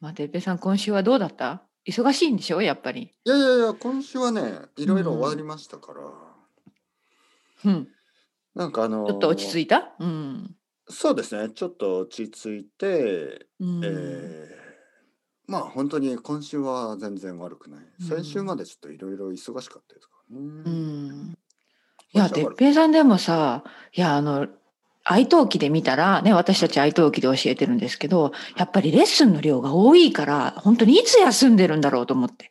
まあ、てっぺいさん、今週はどうだった忙しいんでしょやっぱり。いやいやいや、今週はね、いろいろ終わりましたから、うん。なんかあのーちょっと落ち着いたうん。そうですね、ちょっと落ち着いて、うんえーまあ本当に今週は全然悪くない。うん先週までちょっといろいろ忙しかったですからね。うんいや、私はてっ悪くぺいさんでもさ、いや、あの、愛登記で見たら、ね、私たち愛登記で教えてるんですけど、やっぱりレッスンの量が多いから、本当にいつ休んでるんだろうと思って。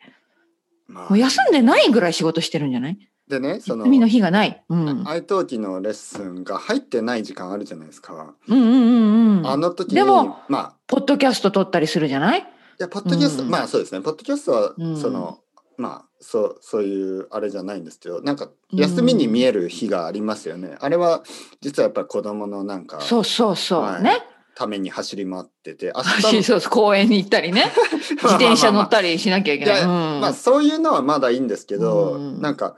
もまう休んでないぐらい仕事してるんじゃないでね、その、休みの日がない。うん。愛登記のレッスンが入ってない時間あるじゃないですか。うんうんうんうあん。の時に、でもまあ、ポッドキャスト撮ったりするじゃないいや、ポッドキャスト、うんまあそうですね、ポッドキャストは、うんその、まあ、そう、そういうあれじゃないんですけど、なんか、うん休みに見える日がありますよね。あれは、実はやっぱり子供のなんか、そうそうそう。はねい。ために走り回ってて、明走 り そうそう公園に行ったりね。自転車乗っりたりしなきゃいけない。いやうんまあ、そういうのはまだいいんですけど、うんなんか、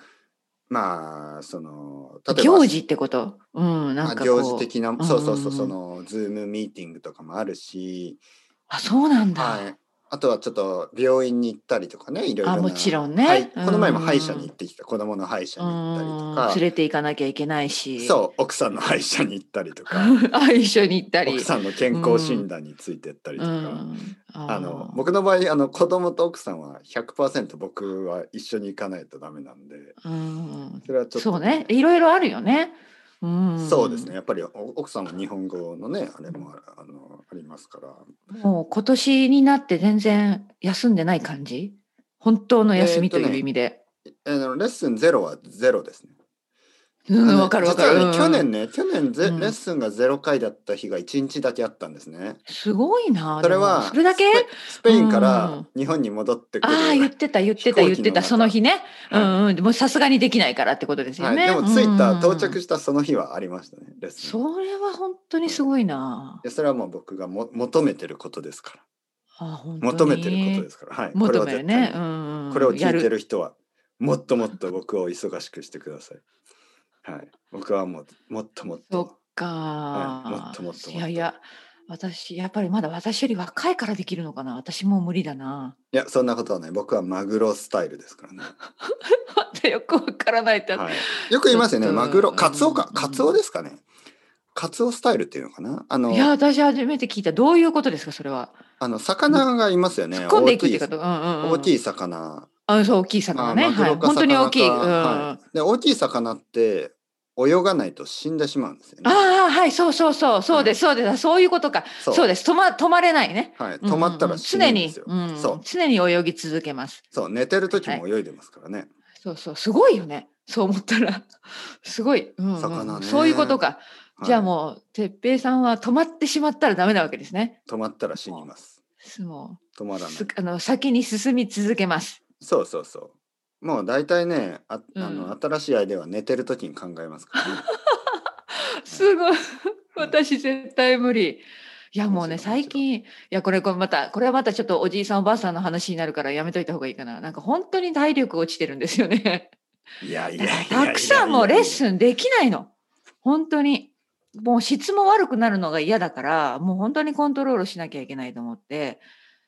まあ、その、例えば、行事ってことうん、なんまかあこう。行事的な、そうそうそう、うんその、ズームミーティングとかもあるし、あ、そうなんだ。はい。あとはちょっと病院に行ったりとかね、いろいろな。あもちろんねはいうんこの前も歯医者に行ってきた、子供の歯医者に行ったりとうんか、連れて行かなきゃいけないし。そう、奥さんの歯医者に行ったりとか、 あ、一緒に行ったり。 奥さんの健康診断についてったりとうか。ん。あの僕の場合あの子供と奥さんは100%僕は一緒に行かないとダメなんでうん。それはちょっとそうね。いろいろあるよね。うん。そうですね。やっぱりお奥さんは日本語のねあれもああのありますからもう今年になって全然休んでない感じ本当の休みという意味で。えあのレッスンゼロはゼロですねうあん、のわかるわかる。実はうね去ん年ね、去年ゼ、うんレッスンがゼロ回だった日が1日だけあったんですね。すごいな。そでれはもそれだけスペスペインかうらん日本に戻ってくる。ああ、言ってた、言ってた、飛行言っ機のてた、中その日ね。うはいんうん。でもさすがにできないからってことですよはい、ね。でも着いた、うん到着したその日はありましたね、レッスン。それは本当にすごいな。でそれはもう僕がも求めてることですから。あ本当求にめてることですから。はい。求めるこれはねう絶。対にんうん。これを聞やいてる。る人は、もっともっと僕を忙しくしてください。はい。僕はもう、もっともっそっと。か。はいもっともっともっといやいや、私、やっぱりまだ私より若いからできるのかな。私もう無理だな。いや、そんなことはない。僕はマグロスタイルで すからね。よくわからないって。はい、よく言いますよちね、ょっとマグロ、カツオうかん、カツオですかね。カツオスタイルっていうのかな、あのい、や、私初めて聞いた。どういうことですか、それは。あの魚がいますよね。突っ込んでいくっ大きていこと。うんうんうん。大きい魚。あ、そう、大きいま魚あね。マグはい。ロか本当に大きい。うん。魚かあはいで、大きい魚って泳がないと死んでしまうんですよね。あ、はい、そうそうそう、そうです、そうです、あそういうことか。そそうです、止ま、止まれないね。はい、止まったら死ぬんですよ。うんうんうんそ常に、う、うん常に泳ぎ続けます。そう、寝てる時も泳いでますからね。そうそう、すごいよね。そう思ったら。 すごい。うん、う魚ん。ねそういうことか。はいじゃあもう、てっぺいさんは止まってしまったらダメなわけですね。止まったら死にます。すも止まう、らないす。あの、先に進み続けます。そうそうそう。もう大体ね、ああの、うん新しいアイデアは寝てる時に考えますから ね。すごい。私絶対無理。いやもうねそうです最よ近いやこれこれまたこれはまたちょっとおじいさんおばあさんの話になるからやめといた方がいいかななんか本当に体力落ちてるんですよねいやいやだいかやらいたや。くさんもうレッン。スンできないの本当にもう質も悪くなるのが嫌だからもう本当にコントロールしなきゃいけないと思って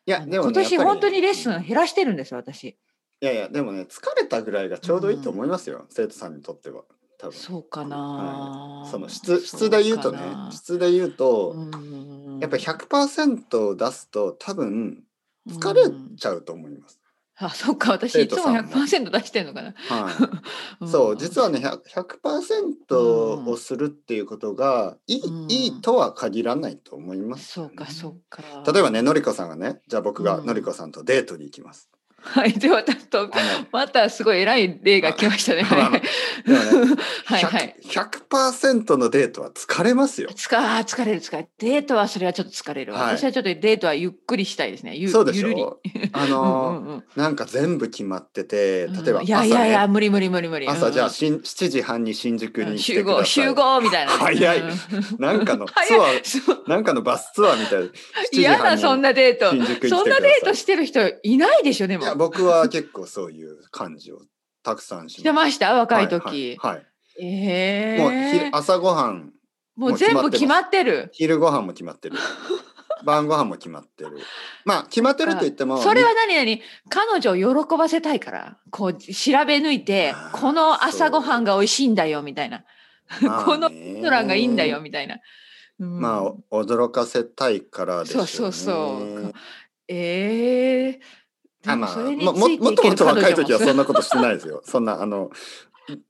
いや、でも、ね、今年やっぱり本当にレッスン減らしてるんですよ私いやいや、でもね、疲れたぐらいがちょうどいいと思いますよ、生徒さんにとっては。多分そうかな、その質質で言うとねそかな、質で言うと、うんやっぱ100%を出すと、多分疲れうんちゃうと思います。あ、そっか、私生いつ徒もさんも100%出してんのかな。 はい、そう、実は。はね、100%, 100%をするっていうことが、いいうんいいとは限らないと思います、そうか、そうか。例えばね、のりこさんがね、じゃあ僕がうんのりこさんとデートに行きます。はい、では、ちょっと、あのまたすごい偉い例が来ましたね。あはいでもね はい、はい。 100%, 100%のデートは疲れますよ。つか、あー疲れる、疲れる。デートはそれはちょっと疲れるわ。はい私はちょっとデートはゆっくりしたいですね。ゆそうでしゆる り。ょあうのーんうんなんか全部決まってて、うん、例えばうんいや朝、ねいやいや、無理無理無理無理。朝じゃあうんしん7時半に新宿に来て集くださ合、い。集合みたいな。早いうん なんかのツア早いー、そうなんかのバスツアーみたいな。嫌だ、 7そんなデート。新宿に来てくださいそんなデートしてる人いないでしょ、でいも。や、僕は結構そういう感じをたくさんししてました若い時、はいはいえはいもうえひ朝ごはん、もう全部決まってる昼ごはんも決まってる。晩ご飯も決まってる。まあ、決まってると言っても、 それは何々彼女を喜ばせたいからこう調べ抜いてあーこの朝ごはんが美味しいんだよみたいな、まあねこのレストランがいいんだよ。みたいな。うんまあ、お驚かせたいからですよそうね。そうそう。ええー。あまあ、でもそれにももついてもっいとけもっると彼若女いも時はそんなことしてないですよ。 そんな、あの、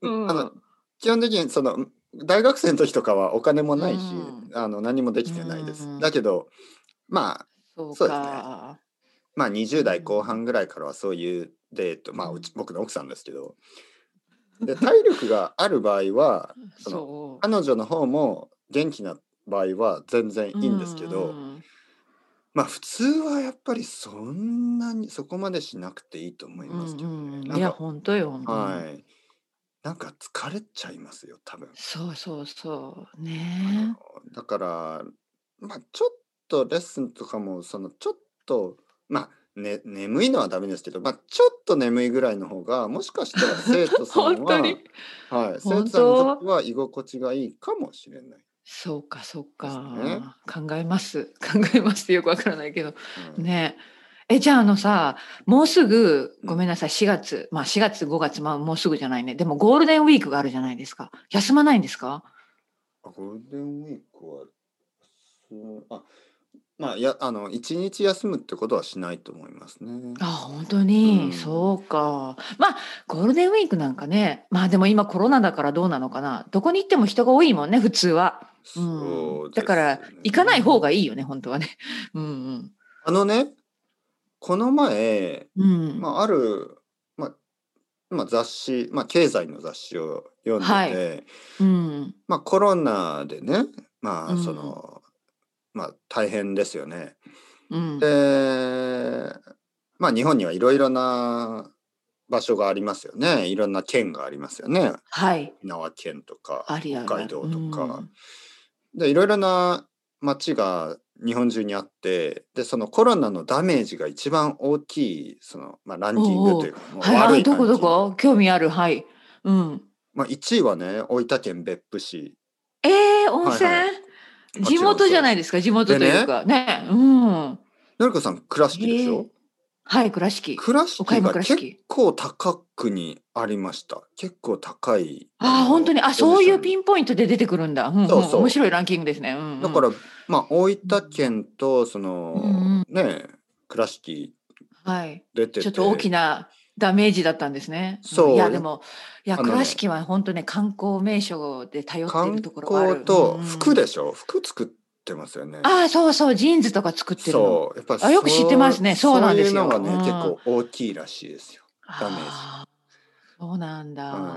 うんあの基本的にその大学生の時とかはお金もないし、うあの何もできてないです。うんだけどまあそうそうか。まあ20代後半ぐらいからはそういうデートまあうんうち僕の奥さんですけどで体力がある場合はそのそう。彼女の方も元気な場合は全然いいんですけど、うんまあ普通はやっぱりそんなにそこまでしなくていいと思いますけどうんうね。んなんいやか本当よ。本当はいなんか疲れちゃいますよ多分。そうそうそうあねの。だから、まあ、ちょっとレッスンとかもそのちょっとまあ、ね、眠いのはダメですけど、まあ、ちょっと眠いぐらいの方がもしかしたら生徒さん本当は、はにい、。生徒さん本当にとっては居心地がいいかもしれない。そうかそうですねか。考えます 考えますってよくわからないけどうんね。えじゃああのさもうすぐうんごめんなさい4月まあ4月5月まあもうすぐじゃないねでもゴールデンウィークがあるじゃないですか休まないんですかあゴールデンウィークはうんあまあやあの一日休むってことはしないと思いますね。あ本当に、うんそうかまあゴールデンウィークなんかねまあでも今コロナだからどうなのかなどこに行っても人が多いもんね普通は、うんそうでだすねから行かない方がいいよね本当はねうんあのねこの前うんうん、まあ、ある、まあまあ、雑誌、まあ、経済の雑誌を読んでて、はいうんまあ、コロナでね、まうあんそのまあ、大変ですよね。うんで、まあ、日本にはいろいろな場所がありますよねいろんな県がありますよねはい沖縄県とかありある北海道とか。うんでいろいろな町が日本中にあってでそのコロナのダメージが一番大きいその、まあ、ランキングというかもうはいあランキンどこグどこ興味あるはいうんまあ、1位はね大分県別府市えー、温泉、はいい地元じゃないですか地元というかねうんのりこさん倉敷でしょ、はい倉敷倉岡敷山が倉結敷構高くにありました結構高いああ本当にあそういうピンンポイントで出てくるんだ、うんうんそうそう面白いランキングですね、うんうんだから、まあ、大分県とその、うんね倉敷はい出ててちょっと大きなダメージだったんですねそうんいやでもいやあのね倉敷は本当ね観光名所で頼ってい観るところがある光とうんうん服でしょ、服作ってますよねああそうそうジーンズとか作ってるのそうやっぱあよく知ってますねそうなんですよそういうのがね、うん結構大きいらしいですよダメージあーそうなんだ、うんだ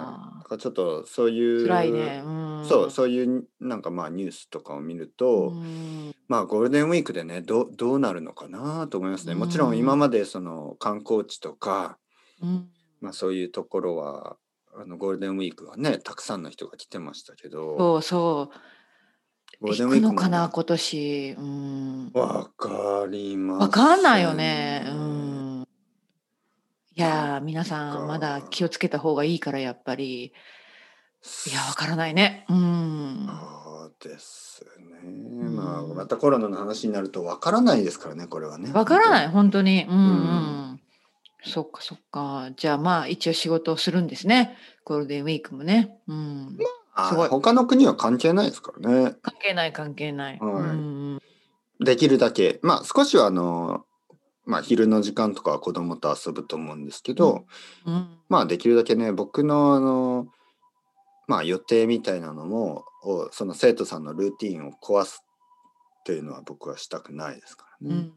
からちょっとそういう辛いね、うん、そうそういうなんかまあニュースとかを見ると、うんまあゴールデンウィークでねどうどうなるのかなと思いますね。もちろうんん今までその観光地とか、うんまあ、そういうところはあのゴールデンウィークはねたくさんの人が来てましたけどそうそゴうールデン行ウくィークのもかなね今年うんわかります。わかんないよね。うん。いやー、皆そさっん、かまだ気をつけた方がいいから、やっぱり。いや、わからないね。うん。そうですね。んまあまたコロナの話になるとわからないですからねこれはね。わからない、い。本当に。うん、ううんん。そっか、そっか。じゃあ、まあ、一応仕事をするんですね。ゴールデンウィークもね。うん。あすごい他の国は関係ないですからね。関係ない、関係ない。はいうん。できるだけまあ少しはあの、まあ、昼の時間とかは子供と遊ぶと思うんですけど、うん。まあできるだけね僕のあの、まあ、予定みたいなのもをその生徒さんのルーティンを壊すっていうのは僕はしたくないですからうね。ん。い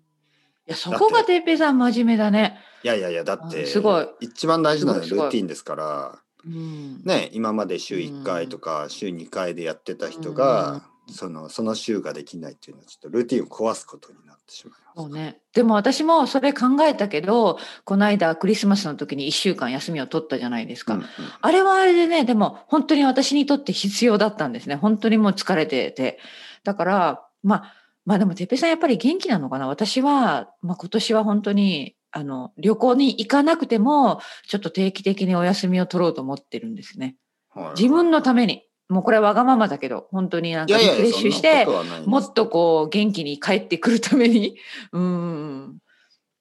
や、そこがてっぺいさん、真面目だね。いやいやいやだってあすごい一番大事なのはルすごいすごいーティンですからうん。ね今まで週1回とか週2回でやってた人が、そのその週ができないっていうのはちょっとルーティンを壊すことになってしまいまそうす。ね、でも私もそれ考えたけどこの間クリスマスの時に1週間休みを取ったじゃないですか、うんうんあれはあれでねでも本当に私にとって必要だったんですね本当にもう疲れててだからまあまあでも哲平さんやっぱり元気なのかな私は、まあ、今年は本当にあの旅行に行かなくてもちょっと定期的にお休みを取ろうと思ってるんですねはい自分のために、もうこれはわがままだけど、本当になんかリフレッシュして、そんなことはないですもっとこう元気に帰ってくるために、うん、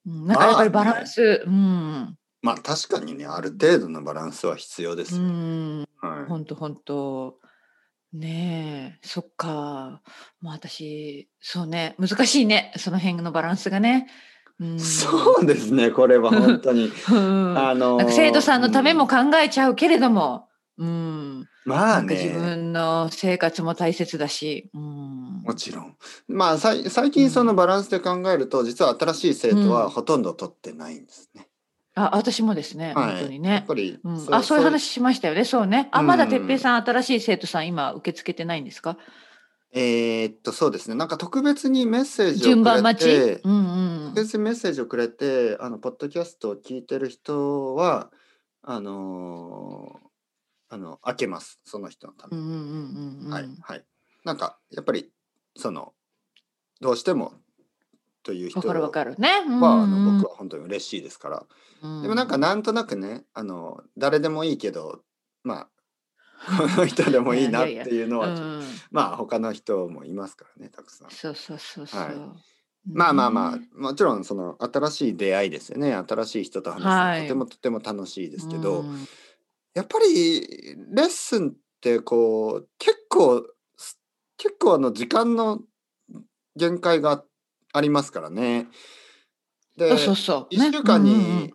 うんなんかやっぱりバランス、うん、まあ確かにねある程度のバランスは必要ですうよ、ん、はい、本当本当ねえ、そっか、まあ私そうね、難しいね、その辺のバランスがね、うん、そうですねこれは本当にうん、なあのーんか生徒さんのためも考えちゃうけれども、うん、まなあんか自ね分の生活も大切だし、うん、もちろんまあさい最近そのバランスで考えると実は新しい生徒はほとんど取ってないんですね、あ私もですね、はい本当にやねっ。ぱり、うん、あそういう話しましたよね、そうね。あ、まだうん哲平さん、新しい生徒さん、今、受け付けてないんですかえーっとそうですねなんか特別にメッセージを順く番れ待ちて、うんうん特、別にメッセージをくれてあのポッドキャストを聞いてる人はあのーあの開けますその人のためうんうんに、うんうんはいはいなんかやっぱりそのどうしてもという人わかるわかるね。はあの僕は、は本当に嬉しいですから、うでもなんかなんとなくねあの誰でもいいけどま あこの人でもいいなっていうのはうん、まあ他の人もいますからねたくさん。そうそうそうそう。はいまあまあまあもちろんその新しい出会いですよね新しい人と話すのははいとてもとても楽しいでですけど、うんやっぱりレッスンってこう結構す結構あの時間の限界がありますからね。でそうそうそう。ね1週間うんうんうんに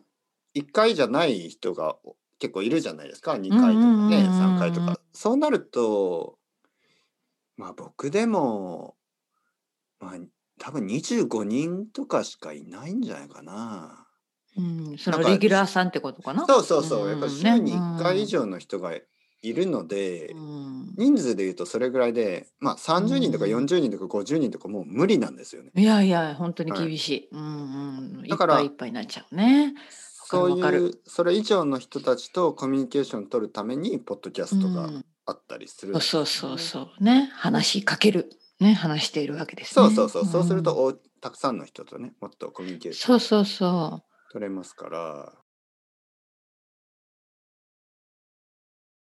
1回じゃない人が結構いるじゃないですか2回とかねうんうんうんうん3回とかそうなるとまあ僕でもまあ多分25人とかしかいないんじゃないかな。うん、そのなんかレギュラーさんってことかな。そうそうそうやっぱん週に1回以、上の人がいるのでうん人数でいうとそれぐらいでまあ30人とかうん40人とか50人とかもう無理なんですよね。いやいや、本当に厳しい。うんうん。いだっからぱいいっぱいになっちゃうね。そうわかるいわうそれ以上の人たちとコミュニケーションを取るためにポッドキャストがあったりするんうん、ですよそね、うそうそうね話しかけるね話しているわけです、そね、うそうそう、そうするとんおたくさんの人とねもっとコミュニケーションそうそうそ取れますから